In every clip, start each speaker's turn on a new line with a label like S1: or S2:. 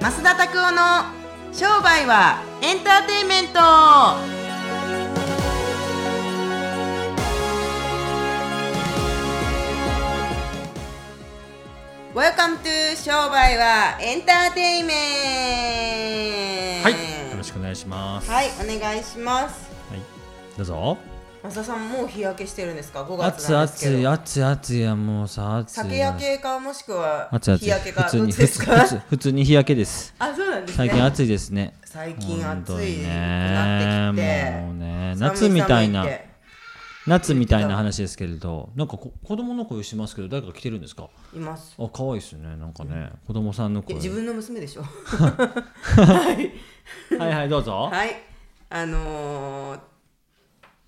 S1: 増田拓夫の商売はエンターテインメントウェルカムトゥ商売はエンターテインメント
S2: はい、よろしくお願いします。
S1: はいお願いします
S2: はい、どうぞ。
S1: 増田さんもう日焼けしてるんですか5月
S2: 暑い
S1: なんです
S2: 暑
S1: け
S2: い
S1: ど
S2: 暑い暑いやもうさ暑い。
S1: 酒焼けかもしくは
S2: 暑い暑
S1: 日
S2: い。
S1: 焼けか
S2: 普通
S1: どっ
S2: に
S1: ちで
S2: 普
S1: す
S2: 通
S1: か
S2: 普通普通に日焼けです。
S1: あそうなんですね
S2: 最近暑いですね。
S1: 最近
S2: 本当
S1: 暑い
S2: に
S1: くな
S2: ね
S1: ってきて
S2: もうね
S1: 寒い
S2: 夏みたいな
S1: 寒って
S2: 夏みたいな話ですけれど、なんかこ子供の声してますけど誰か来てるんですか。
S1: います
S2: あ可愛いですねなんかね子供さんの
S1: いや
S2: 声。
S1: 自分の娘で しょはい
S2: はいはいどうぞ。
S1: はいあのー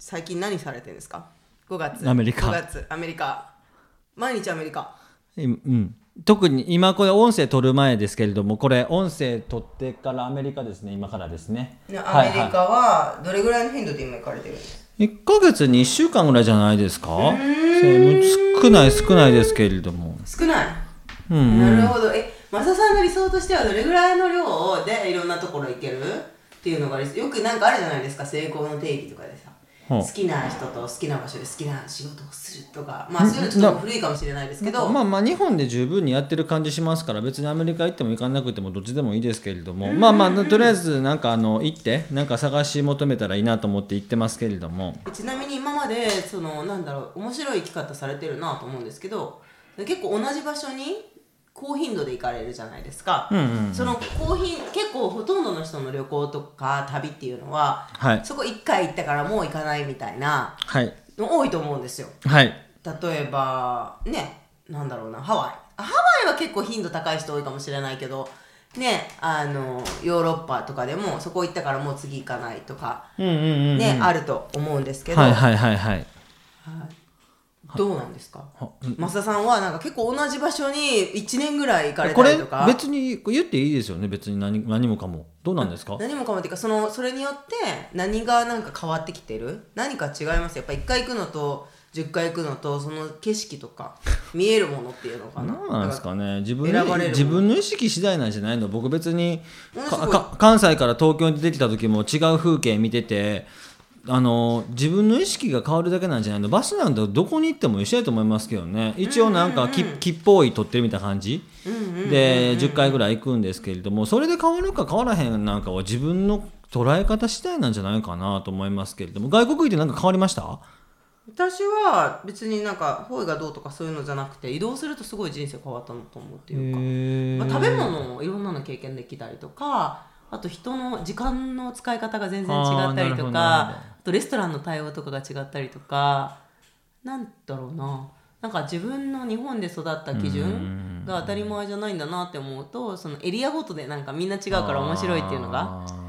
S1: 最近何されてるんですか5月
S2: アメリカ
S1: 5月アメリカ毎日アメリカ
S2: うんうん特に今これ音声取る前ですけれどもこれ音声取ってからアメリカですね今からですね
S1: ねア
S2: は
S1: メ
S2: い
S1: リ
S2: はい
S1: カはどれぐらいの頻度で今行かれてるんです
S2: 1ヶ月に1週間ぐらいじゃないですかそう少ない少ないですけれども
S1: か、少ない
S2: うん
S1: なるほどえマサさんの理想としてはどれぐらいの量でいろんなところ行けるっていうのがありよくなんかあるじゃないですか成功の定義とかでさ
S2: はあ
S1: 好きな人と好きな場所で好きな仕事をするとかまあそういうのちょっと古いかもしれないですけど、
S2: まあまあ日本で十分にやってる感じしますから別にアメリカ行っても行かなくてもどっちでもいいですけれどもまあまあとりあえずなんかあの行ってなんか探し求めたらいいなと思って行ってますけれども
S1: ちなみに今までそのなんだろう面白い生き方されてるなと思うんですけど結構同じ場所に高頻度で行かれるじゃないですか、
S2: うんうんうん
S1: その高頻結構ほとんどの人の旅行とか旅っていうのは
S2: はい
S1: そこ1回行ったからもう行かないみたいな
S2: はい
S1: の多いと思うんですよ
S2: はい
S1: 例えばねなんだろうなハワイあハワイは結構頻度高い人多いかもしれないけどねあのヨーロッパとかでもそこ行ったからもう次行かないとか
S2: うんうんうんうん、
S1: ね、あると思うんですけど、
S2: はいはいはいはい
S1: どうなんですか
S2: は
S1: 増田さんはなんか結構同じ場所に1年ぐらい行かれ
S2: こ
S1: たり
S2: れ
S1: とか
S2: 別に言っていいですよね別に何何もかもどうなんですか
S1: 何もかもっていうかそのそれによって何がなんか変わってきてる何か違いますやっぱ1回行くのと10回行くのとその景色とか見えるものっていうのかな
S2: 何なんですかね自分
S1: 選ば
S2: の
S1: れる
S2: 自分の意識次第なんじゃないの僕別に
S1: ものす
S2: か
S1: ごい
S2: か関西から東京に出てきた時も違う風景見ててあの自分の意識が変わるだけなんじゃないのバスなんてどこに行っても一緒だと思いますけどね一応なんかききっぽい取ってるみたいな感じで10回ぐらい行くんですけれどもそれで変わるか変わらへんなんかは自分の捉え方次第なんじゃないかなと思いますけれども外国行ってなんか変わりました
S1: 私は別になんか方位がどうとかそういうのじゃなくて移動するとすごい人生変わったのと思うっていうか、まあ、食べ物もいろんなの経験できたりとかあと人の時間の使い方が全然違ったりと
S2: あーなるほど
S1: か
S2: なるほど
S1: あとレストランの対応とかが違ったりとかなんだろうななんか自分の日本で育った基準が当たり前じゃないんだなって思うとそのエリアごとでなんかみんな違うから面白いっていうのが、
S2: あー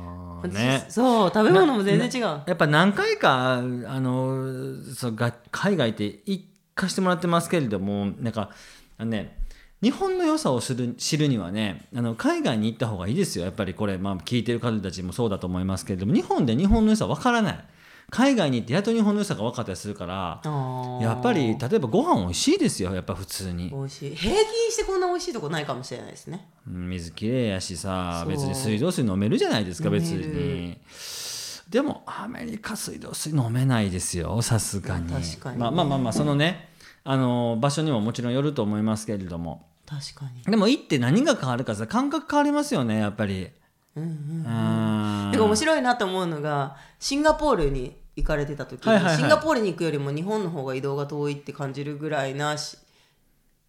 S2: ね
S1: そう食べ物も全然違う。
S2: やっぱ何回かあのそうが海外って行かしてもらってますけれどもなんかあのね日本の良さを知る知るにはねあの海外に行った方がいいですよやっぱりこれ、まあ、聞いてる方たちもそうだと思いますけれども日本で日本の良さ分からない海外に行ってやっと日本の良さが分かったりするから
S1: あー
S2: やっぱり例えばご飯美味しいですよやっぱ普通に
S1: 美味しい平均してこんな美味しいとこないかもしれないですね
S2: うん水きれいやしさ
S1: そう
S2: 別に水道水飲めるじゃないですか
S1: 飲める
S2: 別にでもアメリカ水道水飲めないですよさすがに
S1: 確かに
S2: まあまあまあまあそのねあの場所にももちろんよると思いますけれども
S1: 確かに
S2: でも行って何が変わるかさ感覚変わりますよねやっぱり
S1: うんうん
S2: うん
S1: てか面白いなと思うのがシンガポールに行かれてた時に、
S2: はいはいはい
S1: シンガポールに行くよりも日本の方が移動が遠いって感じるぐらいなし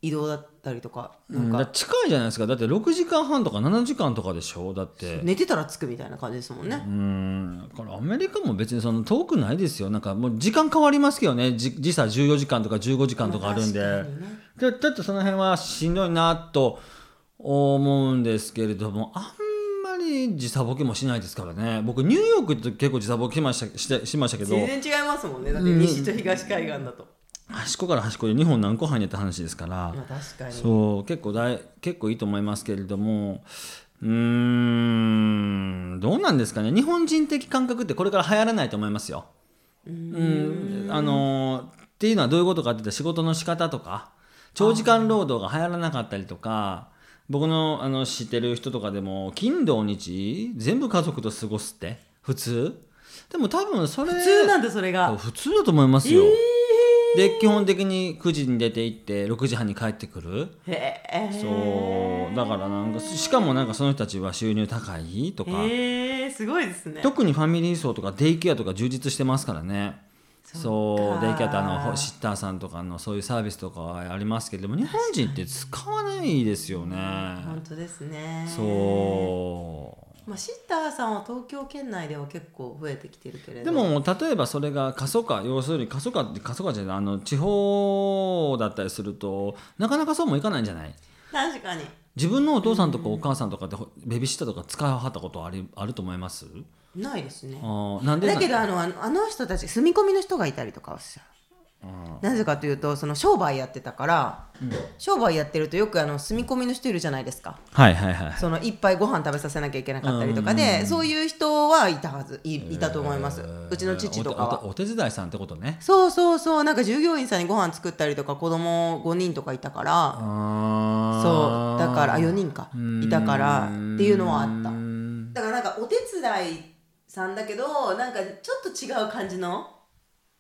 S1: 移動だったりとかな
S2: うん
S1: ん
S2: だ
S1: か、
S2: から近いじゃないですかだって6時間半とか7時間とかでしょだって
S1: 寝てたら着くみたいな感じですもんね、
S2: うんだからアメリカも別にその遠くないですよなんかもう時間変わりますけどねじ時差14時間とか15時間とかあるんで、
S1: まあ確かにね
S2: でちょっとその辺はしんどいなと思うんですけれどもあんまり時差ボケもしないですからね僕ニューヨークって結構時差ボケしましたしてしましたけど
S1: 全然違いますもんねだって西と東海岸だと、
S2: 端っこから端っこで2本何個入んねんって話ですから、
S1: まあ確かに
S2: そう結構大結構いいと思いますけれどもうーんどうなんですかね日本人的感覚ってこれから流行らないと思いますよ。うんあのーっていうのはどういうことかって言ったら仕事の仕方とか長時間労働が流行らなかったりとか僕のあの知ってる人とかでも金土日全部家族と過ごすって普通でも多分それ
S1: 普通なんだそれが
S2: 普通だと思いますよ、で基本的に9時に出て行って6時半に帰ってくる
S1: へえ
S2: そうだからなんかしかもなんかその人たちは収入高いとか
S1: へえすごいですね
S2: 特にファミリー層とかデイケアとか充実してますからね
S1: そ
S2: そ
S1: っか
S2: うデイケアってあのほシッターさんとかのそういうサービスとかはありますけれども日本人って使わないですよね
S1: 本当ですね
S2: そう
S1: まあシッターさんは東京圏内では結構増えてきてるけれ
S2: う
S1: ど
S2: でも例えばそれが過疎化要するに過疎化って過疎化じゃないあの地方だったりするとなかなかそうもいかないんじゃない
S1: 確かに
S2: 自分のお父さんとかお母さんとかってほベビーシッターとか使いはったことありあると思います
S1: ないですね
S2: あーなんで
S1: だけどあのあのあの人たち住み込みの人がいたりとかはしちゃう
S2: あ
S1: なぜかというとその商売やってたから、商売やってるとよくあの住み込みの人いるじゃないですか
S2: ーはいはいはい
S1: そのいっぱいご飯食べさせなきゃいけなかったりとかでそういう人はいたはずいいたと思います、うちの父とか
S2: お
S1: は
S2: おお手伝いさんってことね
S1: そうそうそうなんか従業員さんにご飯作ったりとか子供5人とかいたからそうだからあ4人かいたからっていうのはあっただからなんかお手伝いさんだけどなんかちょっと違う感じの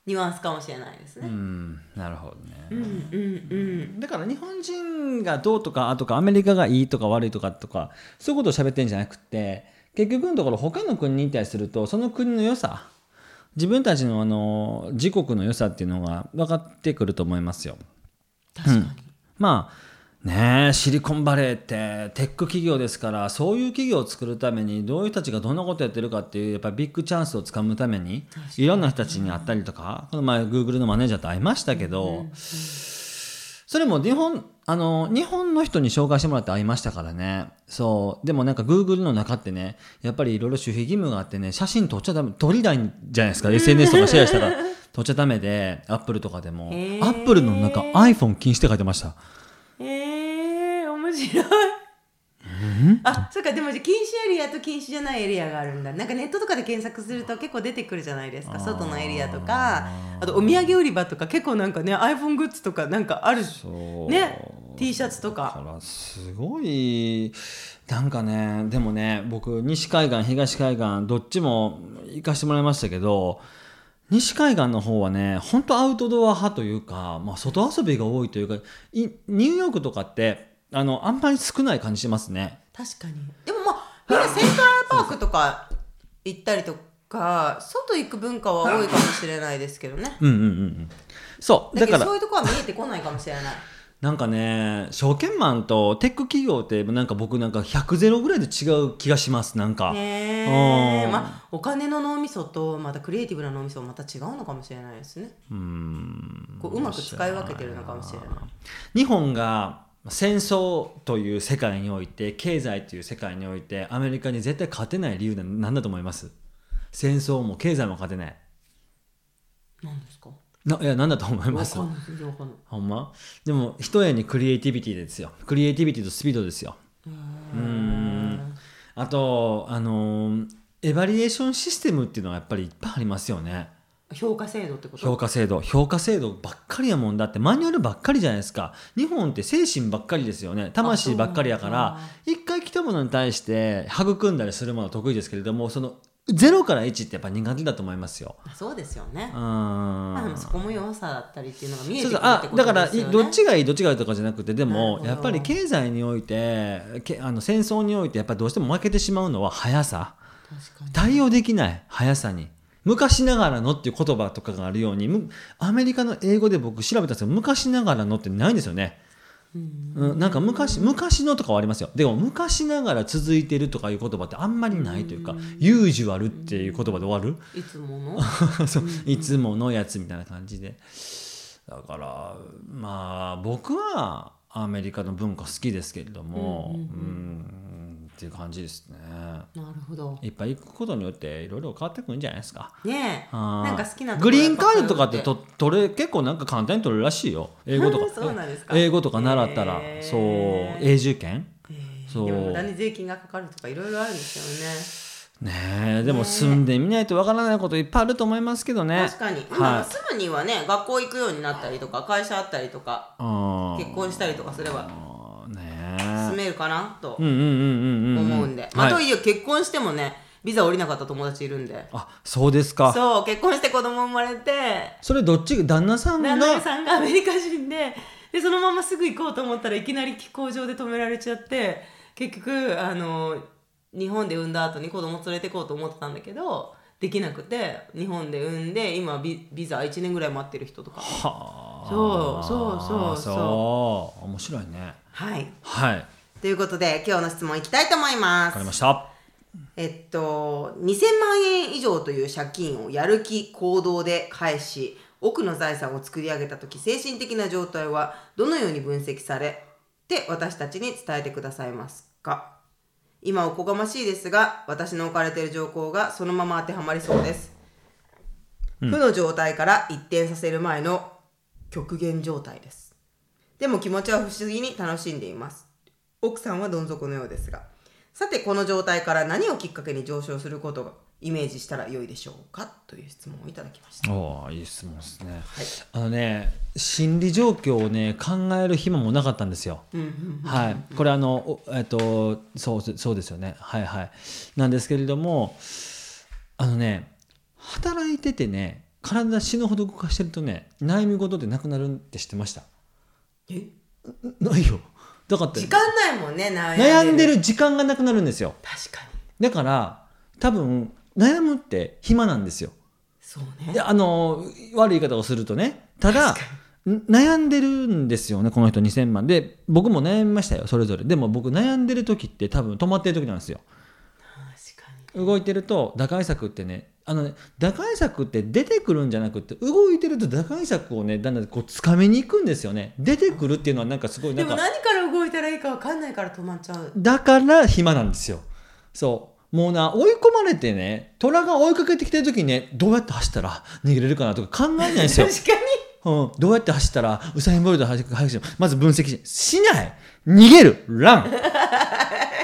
S1: ニュアンスかもしれないです
S2: う
S1: ね、
S2: んなるほどね、
S1: うん、うんうん
S2: だから日本人がどうとかあとかアメリカがいいとか悪いとかとかそういうことを喋ってんじゃなくて結局のところ他の国に対するとその国の良さ自分たちのあの自国の良さっていうのが分かってくると思いますよ。
S1: 確かに、
S2: まあねえシリコンバレーってテック企業ですからそういう企業を作るためにどういう人たちがどんなことやってるかっていうやっぱりビッグチャンスをつかむためにいろんな人たちに会ったりとかこの前 Google のマネージャーと会いましたけど、それも日本あの日本の人に紹介してもらって会いましたからねそうでもなんか Google の中ってねやっぱりいろいろ守秘義務があってね写真撮っちゃダメ撮りないんじゃないですか SNS とかシェアしたら撮っちゃダメで Apple とかでも
S1: へー
S2: Apple の中 iPhone 禁止って書いてました。
S1: ええー、面白い。あ、そうか、でもじゃあ禁止エリアと禁止じゃないエリアがあるんだ。なんかネットとかで検索すると結構出てくるじゃないですか。外のエリアとか、あとお土産売り場とか結構なんかね、iPhone グッズとかなんかあるし。
S2: そう
S1: ね T シャツと
S2: だ
S1: か。
S2: からすごいなんかねでもね僕西海岸東海岸どっちも行かしてもらいましたけど西海岸の方はね本当アウトドア派というか、まあ、外遊びが多いというかいニューヨークとかってあのあんまり少ない感じしますね。
S1: 確かに。でもまあ、みんなセントラルパークとか行ったりとか、外行く文化は多いかもしれないですけどね。
S2: うんうんうんうん、そう
S1: だ
S2: だ
S1: け
S2: か
S1: ど
S2: ら
S1: そういうとこは見えてこないかもしれない。
S2: なんかね証券マンとテック企業ってなんか僕なんか100ゼロぐらいで違う気がしますなんか。
S1: ね
S2: う
S1: え
S2: ん
S1: まあお金の脳みそとまたクリエイティブな脳みそはまた違うのかもしれないですね
S2: うん
S1: こううまく使い分けてるのかもしれない
S2: 日本が戦争という世界において経済という世界においてアメリカに絶対勝てない理由な何だと思います戦争も経済も勝てない
S1: 何ですか
S2: ないや何だと思い
S1: わ
S2: ます
S1: かんない全然わかんない
S2: ほんまでも一重にクリエイティビティですよクリエイティビティとスピードですようんあとあのーエバリエーションシステムっていうのはやっぱりいっぱいありますよね
S1: 評価制度ってこと
S2: 評価制度評価制度ばっかりやもんだってマニュアルばっかりじゃないですか日本って精神ばっかりですよね魂ばっかりやから
S1: あ
S2: 一回来たものに対して育んだりするものは得意ですけれどもその0から1ってやっぱ苦手だと思いますよ。
S1: そうですよ
S2: う
S1: ね
S2: ーん
S1: まあでもそこも弱さだったりっていうのが見えて
S2: そ
S1: く
S2: う
S1: る
S2: そう
S1: っ
S2: あ
S1: てこ
S2: だか
S1: と
S2: ら
S1: です
S2: い
S1: よね
S2: どっちがいいどっちがいいとかじゃなくてでも
S1: なるほど
S2: やっぱり経済においてけあの戦争においてやっぱりどうしても負けてしまうのは速さ。
S1: 確かに
S2: 対応できない速さに昔ながらのっていう言葉とかがあるようにむアメリカの英語で僕調べたんですけど昔ながらのってないんですよね、うん、なんか昔昔のとかはありますよでも昔ながら続いてるとかいう言葉ってあんまりないというかユージュアルっていう言葉で終わる
S1: いつもの
S2: そういつものやつみたいな感じでだからまあ僕はアメリカの文化好きですけれどもうんっていう感じですね
S1: なるほど
S2: いっぱい行くことによっていろいろ変わってくるんじゃないですか。
S1: ねえ
S2: あ
S1: なんか好きなとこ
S2: グリーンカードとかっ
S1: や
S2: て
S1: ぱ
S2: と取れ結構なんか簡単に取れるらしいよ英語とか
S1: そうなんですか
S2: 英語とか習ったら
S1: へー
S2: そう永住権そう
S1: でも無駄に税金がかかるとかいろいろあるんですよね
S2: ねえでも住んでみないとわからないこといっぱいあると思いますけどね
S1: 確かに今
S2: は
S1: 住むにはね学校行くようになったりとか会社あったりとか
S2: いうん
S1: 結婚したりとかすれば
S2: あー
S1: 住住めるかなと
S2: うんうんうんうんうん
S1: 思うんで、まあ、と
S2: はい
S1: いえ結婚してもねビザ降りなかった友達いるんで
S2: あそうですか
S1: そう結婚して子供生まれて
S2: それどっちが旦那さんが
S1: 旦那さんがアメリカ人ででそのまますぐ行こうと思ったらいきなり飛行場で止められちゃって結局あの日本で産んだ後に子供連れてこうと思ってたんだけどできなくて日本で産んで今ビビザ1年ぐらい待ってる人とか
S2: はあ
S1: そうそうそうそう
S2: そう面白いね
S1: はい
S2: はい
S1: ということで今日の質問いきたいと思いま
S2: わかり
S1: す
S2: ました
S1: えっと2000万円以上という借金をやる気行動で返し奥の財産を作り上げた時精神的な状態はどのように分析されて私たちに伝えてくださいますか今おこがましいですが私の置かれている条項がそのまま当てはまりそうです、負の状態から一転させる前の極限状態ですでも気持ちは不思議に楽しんでいます奥さんはどん底のようですがさてこの状態から何をきっかけに上昇することをイメージしたら良いでしょうかという質問をいただきました
S2: おーいい質問ですね、あのね心理状況をね考える暇もなかったんですよ、はいこれあのおえっとそうそうですよねはいはいなんですけれどもあのね働いててね体死ぬほど動かしてるとね悩み事ってなくなるって知ってました
S1: え
S2: ないよだからって
S1: 時間ないもんね悩んでる
S2: 悩んでる時間がなくなるんですよ
S1: 確かに
S2: だから多分悩むって暇なんですよ
S1: そう
S2: い
S1: ね
S2: やあの悪い言い方をするとねただ
S1: 確か
S2: ん悩んでるんですよねこの人2000万で僕も悩みましたよそれぞれでも僕悩んでる時って多分止まってる時なんですよ
S1: 確かに
S2: 動いてると打開策ってねあのね打開策って出てくるんじゃなくて動いてると打開策をねだんだんこう掴みに行くんですよね出てくるっていうのはなんかすごいな
S1: で
S2: ん
S1: も
S2: か
S1: 何から動いたらいいか分かんないから止まっちゃう
S2: だから暇なんですよそうもうな追い込まれてね虎が追いかけてきてる時にねどうやって走ったら逃げれるかなとか考えないんですよ
S1: 確かに
S2: うん、どうやって走ったらウサイン・ボルト速く走るまず分析ししない逃げるラン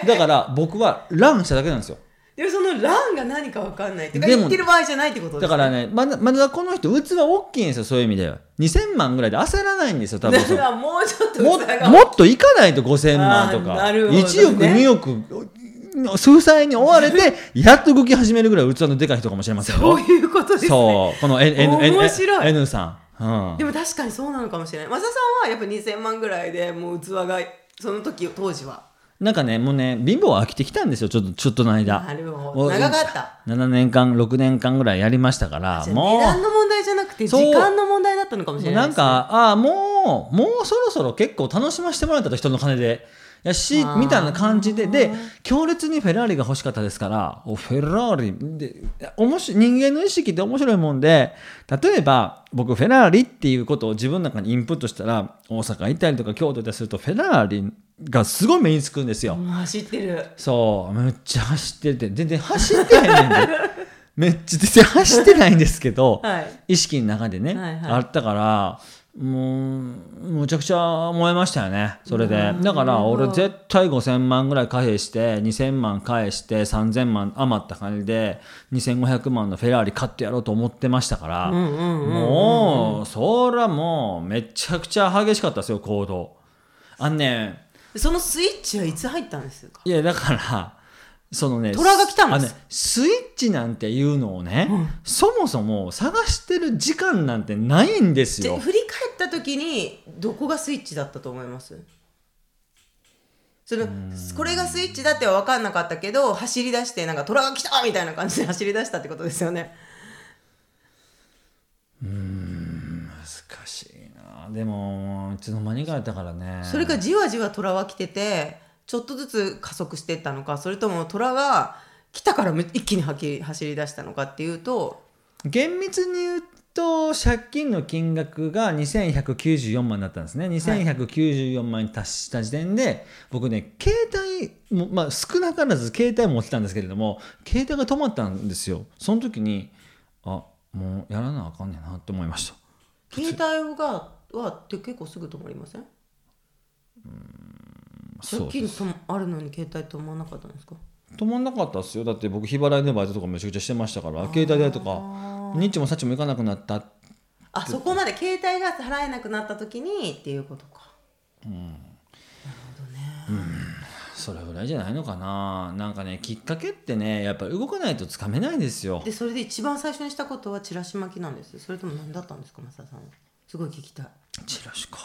S2: だから僕はランしただけなんですよ
S1: でもそのランが何か分かんないってか
S2: で
S1: 言
S2: も
S1: ってる場合じゃないってことで
S2: だ
S1: すね
S2: からねまだまだこの人器大きいんですよそういう意味では2000万ぐらいで焦らないんですよ多分そ
S1: だ
S2: う
S1: からもうちょっと
S2: も
S1: 疑う
S2: もっといかないと5000万と
S1: あー
S2: か、
S1: なるほどね
S2: 1億2億数歳に追わ れてやっと動き始めるぐらい器のでかい人かもしれませんよ
S1: そういうことですね
S2: そうこの N, N, N,
S1: 面白い
S2: N さん、うん
S1: でも確かにそうなのかもしれない増田さんはやっぱ2000万ぐらいでもう器がその時当時は
S2: なんかねもうね貧乏は飽きてきたんですよちょっとちょっとの間
S1: なるほど
S2: お
S1: 長かった
S2: 7年間6年間ぐらいやりましたから
S1: じゃあ
S2: も
S1: 値段
S2: う
S1: の問題じゃなくて時
S2: そう
S1: 間の問題だったのかもしれな
S2: ないん
S1: です、ね、
S2: かああもうもうそろそろ結構楽しませてもらったと人の金でやし
S1: あー
S2: みたいな感じでで強烈にフェラーリが欲しかったですからおフェラーリでいや面白い人間の意識って面白いもんで例えば僕フェラーリっていうことを自分の中にインプットしたら大阪行ったりとか京都行ったりするとフェラーリがすごい目につくんですよ。
S1: もう走ってる
S2: そう、めっちゃ走ってて、全然走ってな いねんで。めっちゃ全然走ってないんですけど、
S1: はい
S2: 意識の中でね、
S1: はいはい
S2: あったから、もう、むちゃくちゃ燃えましたよね、それで。だから、俺絶対5000万ぐらい返して、2000万返して、3000万余った金で、2500万のフェラーリ買ってやろうと思ってましたから、
S1: うんうんうん
S2: もう、そらもう、めちゃくちゃ激しかったですよ、行動。あのね、
S1: そのスイッチはいつ入ったんですか
S2: いやだからそのね
S1: 虎が来たんです
S2: あのねスイッチなんていうのをね、そもそも探してる時間なんてないんです
S1: で
S2: よ
S1: 振り返った時にどこがスイッチだったと思いますそのこれがスイッチだっては分かんなかったけど走り出してなんか虎が来たみたいな感じで 走り出したってことですよね
S2: 難しいなでもいつの間にかやったからね
S1: それかじわじわ虎は来ててちょっとずつ加速していったのかそれとも虎が来たからめ一気にはき走り出したのかっていうと
S2: 厳密に言うと借金の金額が2194万だったんですね2194万に達した時点で、僕ね携帯も、まあ、少なからず携帯持ってたんですけれども携帯が止まったんですよその時にあもうやらなあかんねんなと思いました
S1: 携帯がはって結構すぐ止まりません
S2: そ
S1: 借金
S2: う
S1: ともあるのに携帯止まらなかったんですか
S2: 止まんなかったっすよだって僕日払いのバイトとかめちゃくちゃしてましたから携帯代とかニッチもサッチも行かなくなった
S1: あそこまで携帯が払えなくなった時にっていうことか、なる
S2: それぐらいじゃないのかななんかねきっかけってねやっぱり動かないとつかめないですよ
S1: でそれで一番最初にしたことはチラシ巻きなんですそれとも何だったんですか増田さんすごい聞きたい
S2: チラシか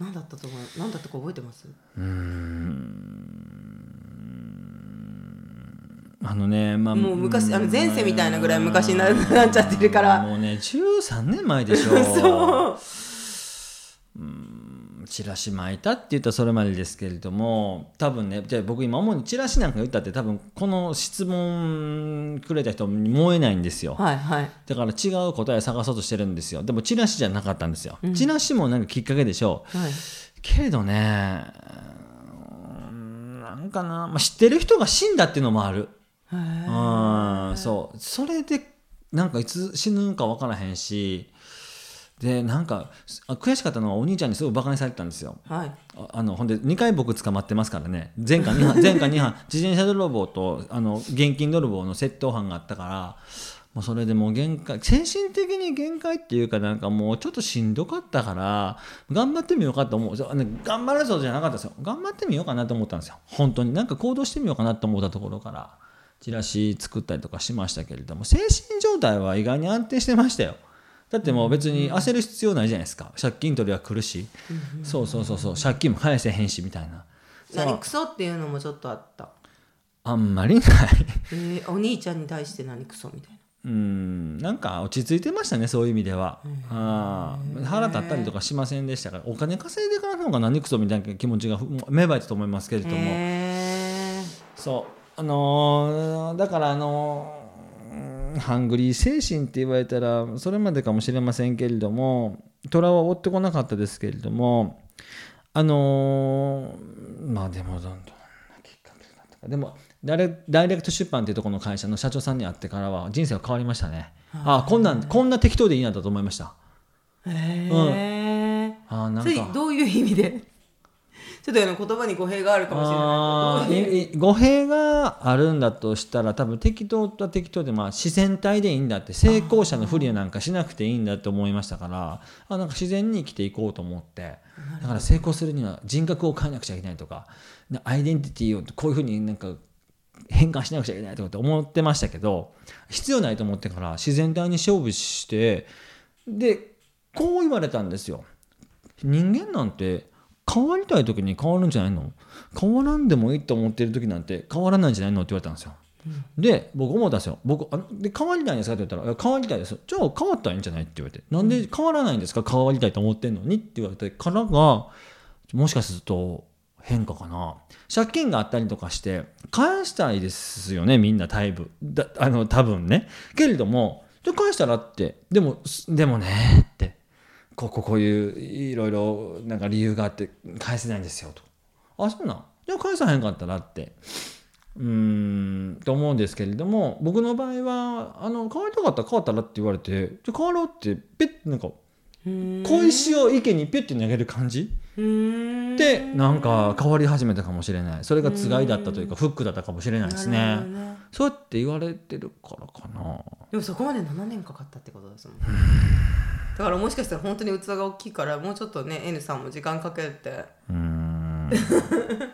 S1: 何だったと思う何だったか覚えてます
S2: うーんあのねまあ
S1: もう昔あの前世みたいなぐらい昔にななっちゃってるから
S2: もうね13年前でし ょ
S1: そう
S2: チラシ巻いたって言ったらそれまでですけれども多分ねじゃあ僕今主にチラシなんか言ったって多分この質問くれた人燃えないんですよ
S1: はいはい
S2: だから違う答え探そうとしてるんですよでもチラシじゃなかったんですよ、チラシもなんかきっかけでしょう
S1: はい
S2: けれどねうーんなんかな、まあ、知ってる人が死んだっていうのもある
S1: へー
S2: うんそうそれでなんかいつ死ぬか分からへんしでなんかあ悔しかったのはお兄ちゃんにすごいバカにされてたんですよ
S1: はい
S2: ああのほんで2回僕捕まってますからね前科2犯前科2犯自転車泥棒とあの現金泥棒の窃盗犯があったからもうそれでもう限界精神的に限界っていうかなんかもうちょっとしんどかったから頑張ってみようかと思うそうあの頑張るぞじゃなかったですよ頑張ってみようかなと思ったんですよ本当になんか行動してみようかなと思ったところからチラシ作ったりとかしましたけれども精神状態は意外に安定してましたよだってもう別に焦る必要ないじゃないですか借金取りは来るしそうそうそうそう借金も返せへんしみたいなそう
S1: 何クソっていうのもちょっとあった
S2: あんまりない
S1: えーお兄ちゃんに対して何クソみたいな
S2: うんなんか落ち着いてましたねそういう意味ではあー腹立ったりとかしませんでしたからお金稼いでからの方が何クソみたいな気持ちがふ芽生えたと思いますけれども、
S1: へー
S2: そうあのーだからあのーうんハングリー精神って言われたらそれまでかもしれませんけれども虎は追ってこなかったですけれどもあのーまあでもどんどんなきっかけだったかでもダイレダイレクト出版っていうところの会社の社長さんに会ってからは人生が変わりましたねああこんなんこんな適当でいいなだと思いました
S1: へ
S2: ああ
S1: ー
S2: なん
S1: そ
S2: か
S1: れどういう意味でちょっとあの言葉に語弊があるかもしれない
S2: あーいい語弊があるんだとしたら多分適当は適当でまあ自然体でいいんだって成功者の不利なんかしなくていいんだって思いましたからあなんか自然に生きていこうと思ってだから成功するには人格を変えなくちゃいけないとかなアイデンティティをこういうふうになんか変換しなくちゃいけないとかって思ってましたけど必要ないと思ってから自然体に勝負してでこう言われたんですよ。人間なんて変わりたい時に変わるんじゃないの変わらんでもいいと思ってる時なんて変わらないんじゃないのって言われたんですよ。で僕思ったんですよ僕あので変わりたいんですかって言ったらいや変わりたいですじゃあ変わったらいいんじゃないって言われてなんで変わらないんですか変わりたいと思ってんのにって言われてからがもしかすると変化かな借金があったりとかして返したいですよねみんな大分だあの多分ねけれどもじゃあ返したらってでもすでもねってこうこうこういういろいろなんか理由があって返せないんですよとあそうなんじゃあ返さへんかったらってうーんと思うんですけれども僕の場合はあの変わりたかったら変わったらって言われてじゃあ変わろうってペッてなんか小石を池にペッて投げる感じ
S1: で
S2: でなんか変わり始めたかもしれないそれがつがいだったというかフックだったかもしれないですねそうやって言われてるからかな
S1: でもそこまで7年かかったってことですもんだからもしかしたら本当に器が大きいからもうちょっとね N さんも時間かけて
S2: うー ん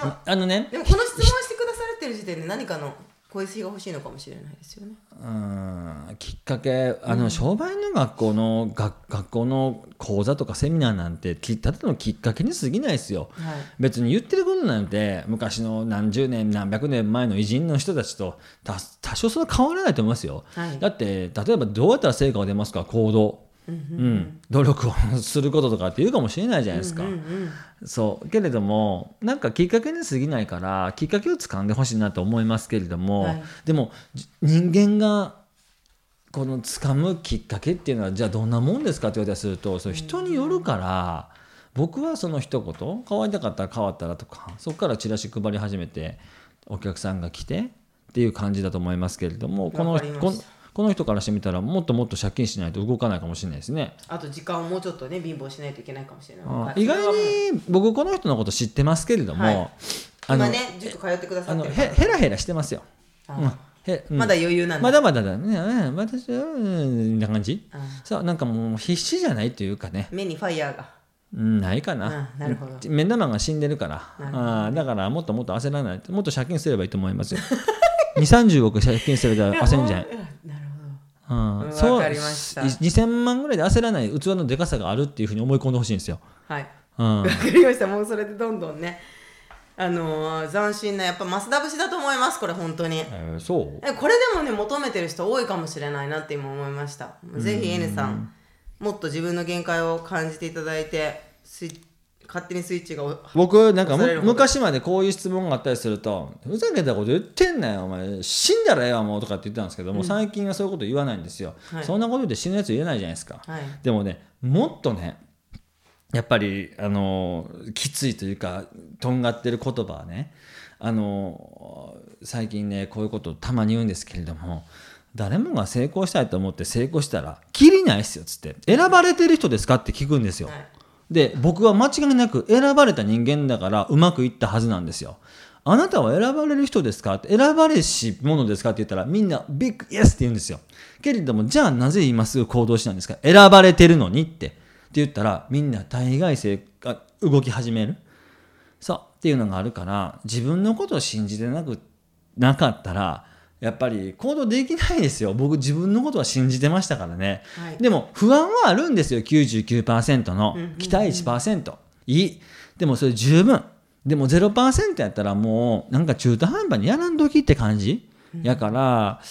S2: ああのね
S1: でもこの質問してくだされてる時点で何かの小石が欲しいのかもしれないですよね
S2: うんきっかけあの、商売の学校の学学校の講座とかセミナーなんてきただのきっかけに過ぎないですよ。
S1: はい
S2: 別に言ってることなんて昔の何十年何百年前の偉人の人たちと多多少それは変わらないと思いますよ。
S1: はい
S2: だって例えばどうやったら成果が出ますか行動、うん、努力をすることとかって言うかもしれないじゃないですか。
S1: うんうん
S2: そうけれどもなんかきっかけに過ぎないからきっかけを掴んでほしいなと思いますけれども、
S1: はい
S2: でもじ人間がこの掴むきっかけっていうのはじゃあどんなもんですかって言われたりするとそれ人によるから、僕はその一言変わりたかったら変わったらとかそこからチラシ配り始めてお客さんが来てっていう感じだと思いますけれどもこの
S1: わかりました
S2: このこの人からしてみたらもっともっと借金しないと動かないかもしれないですね。
S1: あと時間をもうちょっとね貧乏しないといけないかもしれない
S2: うん
S1: はい
S2: 意外に僕この人のこと知ってますけれども、
S1: はい
S2: あの
S1: 今ね塾通ってくださ
S2: あ
S1: っ
S2: の
S1: て
S2: へ
S1: るから
S2: へらへらしてますよ。
S1: あ
S2: うんへうん
S1: まだ余裕なんだ
S2: まだまだだね、うん私は、うん、みたいな感じ
S1: あ。
S2: そう、なんかもう必死じゃないというかね、
S1: 目にファイヤーが
S2: うんないかな
S1: うんなるほど
S2: 目玉が死んでるから
S1: なるほど
S2: あーだからもっともっと焦らないもっと借金すればいいと思いますよ 2 3 0億借金すれば焦んじゃん
S1: いやもうなるほど
S2: うん
S1: うん
S2: そう
S1: わかりました
S2: 2000万ぐらいで焦らない器のでかさがあるっていうふうに思い込んでほしいんですよ、
S1: はい
S2: うん
S1: わ、かりましたもうそれでどんどんねあのー斬新なやっぱ増田節だと思いますこれ本当に
S2: えーそう
S1: えこれでもね求めてる人多いかもしれないなって今思いましたぜひ N さんもっと自分の限界を感じていただいてスイッ勝手にスイッチがお
S2: 僕なんか
S1: 恐れる
S2: む
S1: ほど
S2: 昔までこういう質問があったりすると「ふざけたこと言ってんなよお前死んだらええわもう」とかって言ってたんですけども、最近はそういうこと言わないんですよ、
S1: はい
S2: そんなこと言って死ぬやつ言えないじゃないですか、
S1: はい
S2: でもねもっとねやっぱりあのきついというかとんがってる言葉はねあの最近ねこういうことをたまに言うんですけれども誰もが成功したいと思って成功したら「きりないっすよ」っつって「選ばれてる人ですか?」って聞くんですよ。
S1: はい
S2: で僕は間違いなく選ばれた人間だからうまくいったはずなんですよ。あなたは選ばれる人ですかって選ばれし者ですかって言ったらみんなビッグイエスって言うんですよ。けれどもじゃあなぜ今すぐ行動しないんですか選ばれてるのにってって言ったらみんな大概せあ動き始める。そうっていうのがあるから自分のことを信じてなくなかったらやっぱり行動できないですよ僕自分のことは信じてましたからね、
S1: はい
S2: でも不安はあるんですよ99%の
S1: うんうんうん
S2: 期待1%いいでもそれ十分でも0%やったらもうなんか中途半端にやらん時って感じ、やから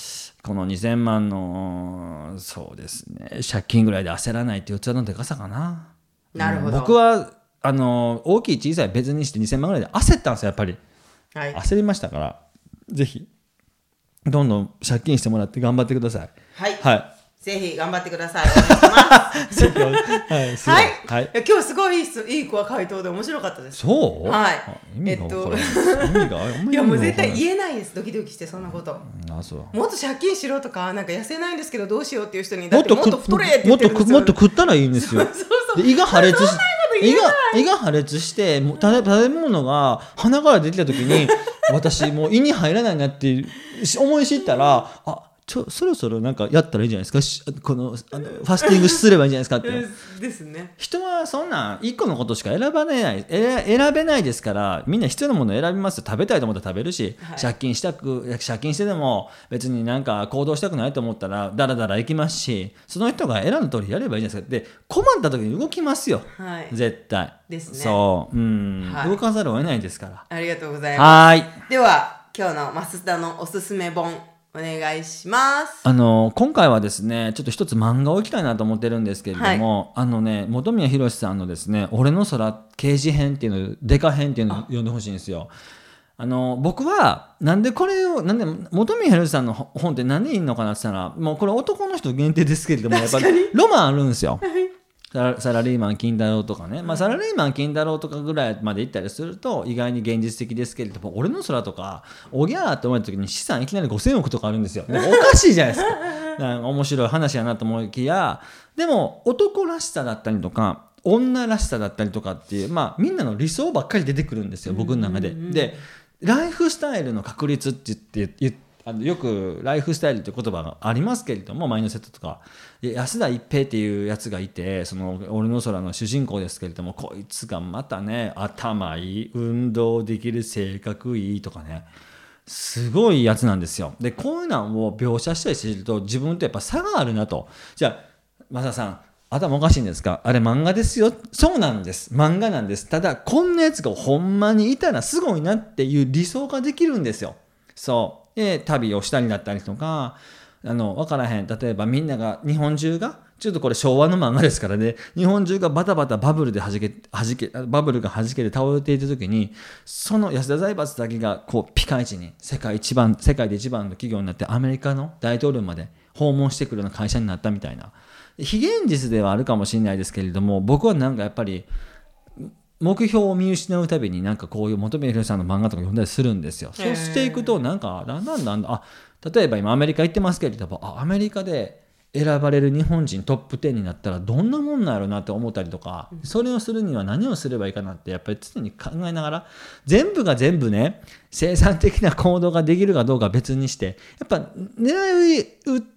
S2: この2000万のそうですね借金ぐらいで焦らないっていう器のでかさかな
S1: なるほど
S2: うん僕はあの大きい小さい別にして2000万ぐらいで焦ったんですよやっぱり
S1: はい
S2: 焦りましたからぜひどんどん借金してもらって頑張ってください
S1: はい
S2: は
S1: ぜひ頑張ってください。応援してます
S2: いぜひはい すご
S1: はい、
S2: はい
S1: や今日すごいいい質いい子は回答で面白かったです。
S2: そう
S1: はい
S2: あ意味が
S1: えっと
S2: 分からない意味があんまり意味が
S1: いやもう絶
S2: 分
S1: 対
S2: か
S1: 言えないです。ドキドキしてそんなこと。
S2: らないあそう
S1: もっと借金しろとかなんか痩せないんですけどどうしようっていう人にだ
S2: も
S1: っ
S2: ってと
S1: もっ
S2: く
S1: と太れって
S2: も
S1: 言
S2: っ
S1: って
S2: と
S1: るんで
S2: く
S1: す
S2: も
S1: よ
S2: っと食ったらいいんです よ
S1: そうそう
S2: で胃が破裂し
S1: そんなこと言えない
S2: 胃が胃が破裂してもう食べ食べ物が鼻から出てきた時 に私もう胃に入らないなってし思い知ったらあちょそろそろなんかやったらいいんじゃないですかしこのあのファスティングすればいいんじゃないですかって
S1: うんですね。
S2: 人はそんなん一個のことしか選ばれないえ選べないですからみんな必要なものを選びますよ食べたいと思ったら食べるし、
S1: はい
S2: 借金したく借金してでも別になんか行動したくないと思ったらダラダラ行きますしその人が選んだ通りやればいいじゃないですかで困った時に動きますよ
S1: はい。
S2: 絶対
S1: ですね
S2: そううん、
S1: はい
S2: 動かざるを得ないですから
S1: ありがとうございま
S2: はーい
S1: す。では今日のマスダのおすすめ本お願いします。
S2: あの今回はですねちょっと一つ漫画をいきたいなと思ってるんですけれども、あのね本宮宏さんのですね「俺の空」刑事編っていうのデカ編っていうのを読んでほしいんですよ。あの僕はなんでこれをなんで本宮宏さんの本って何でいいのかなって言ったらもうこれ男の人限定ですけれどもやっぱりロマンあるんですよ。サラサラリーマン金太郎とかね、まあ、サラリーマン金太郎とかぐらいまで行ったりすると意外に現実的ですけれども俺の空とかおぎゃーって思った時に資産いきなり5000億とかあるんですよなんかおかしいじゃない ですかなんか面白い話やなと思いきやでも男らしさだったりとか女らしさだったりとかっていう、まあ、みんなの理想ばっかり出てくるんですよ僕の中で。でライフスタイルの確率って言って言ってあのよくライフスタイルって言葉がありますけれどもマインドセットとかで安田一平っていうやつがいてその「俺の空」の主人公ですけれどもこいつがまたね頭いい運動できる性格いいとかねすごいやつなんですよ。でこういうのを描写したりすると自分とやっぱ差があるなとじゃあマサさん頭おかしいんですかあれ漫画ですよそうなんです漫画なんですただこんなやつがほんまにいたらすごいなっていう理想ができるんですよそうで旅をしたりだったりとかあの分からへん例えばみんなが日本中がちょっとこれ昭和の漫画ですからね日本中がバタバタバブルではじけはじけバブルがはじけて倒れていた時にその安田財閥だけがこうピカイチに世界一番世界で一番の企業になってアメリカの大統領まで訪問してくるような会社になったみたいな非現実ではあるかもしれないですけれども僕はなんかやっぱり目標を見失うたびになんかこういう求めるさんの漫画とか読んだりするんですよ。
S1: へ
S2: そ
S1: ー
S2: うしていくとなんかだんだんだんだんあ例えば今アメリカ行ってますけれどもあアメリカで選ばれる日本人トップ10になったらどんなもんなんやろなって思ったりとか、それをするには何をすればいいかなってやっぱり常に考えながら全部が全部ね生産的な行動ができるかどうかは別にしてやっぱ狙いう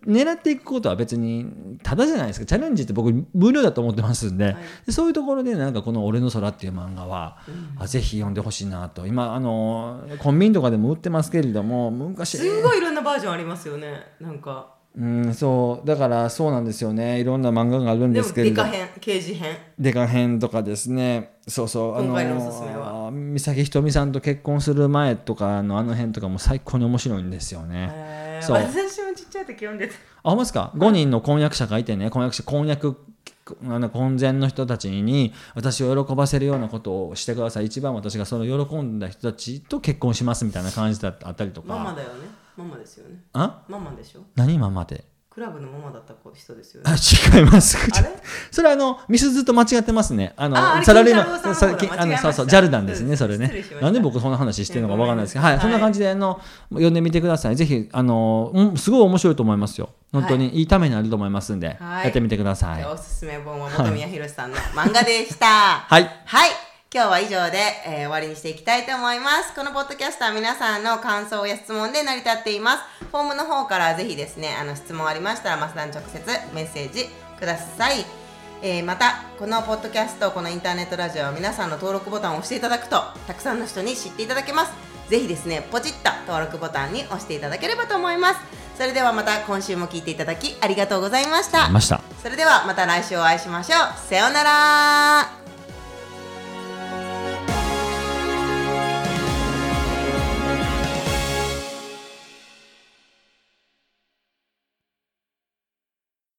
S2: 狙っていくことは別にただじゃないですかチャレンジって僕無料だと思ってますんで、でそういうところでなんかこの「俺の空」っていう漫画は、あぜひ読んでほしいなと今あのコンビニとかでも売ってますけれども昔
S1: すごいいろんなバージョンありますよねなんか
S2: うん、そうだからそうなんですよねいろんな漫画があるん
S1: で
S2: で
S1: も
S2: すけれ
S1: デ
S2: ど
S1: カ編刑事編
S2: デカ編とかですねそうそうあ
S1: 今回のおすすめは
S2: の三崎ひとみさんと結婚する前とかのあの辺とかも最高に面白いんですよね。
S1: へー
S2: そう
S1: 私もちっちゃい時読んでた
S2: あ、ほんまですか ?5 人の婚約者がいてね、婚約者、婚約、あの婚前の人たちに私を喜ばせるようなことをしてください一番私がその喜んだ人たちと結婚しますみたいな感じだったりとか
S1: ママだよねママですよね
S2: あ
S1: ママでしょ
S2: 何ママで
S1: クラブのママだった子人ですよね
S2: あ違います
S1: あれ
S2: それあのミスズと間違ってますね。あの
S1: ああれ
S2: サラリー
S1: 金
S2: マ
S1: 太郎
S2: ン、
S1: さん
S2: さ
S1: の
S2: き
S1: 方だ間
S2: あ
S1: 違え
S2: の
S1: ました
S2: そうそうジャルダンですね。それ
S1: 失礼
S2: ね
S1: しまし。た
S2: なんで僕そんな話してるのかわからないですけど、は
S1: え
S2: い、
S1: ー
S2: そんな感じであの読んでみてください。ぜひあのうんすごい面白いと思いますよ。本当にいいためになると思いますんで、
S1: はい
S2: やってみてください。
S1: おすすめ本は本宮宏さんの漫画でした。
S2: はい
S1: はい。今日は以上で、えー終わりにしていきたいと思います。このポッドキャストは皆さんの感想や質問で成り立っています。フォームの方からぜひですね、あの質問ありましたら、マスダに直接メッセージください。えーまた、このポッドキャスト、このインターネットラジオは皆さんの登録ボタンを押していただくと、たくさんの人に知っていただけます。ぜひですね、ポチッと登録ボタンに押していただければと思います。それではまた今週も聞いていただきありがとうございました
S2: ま。した。
S1: それではまた来週お会いしましょう。さようなら。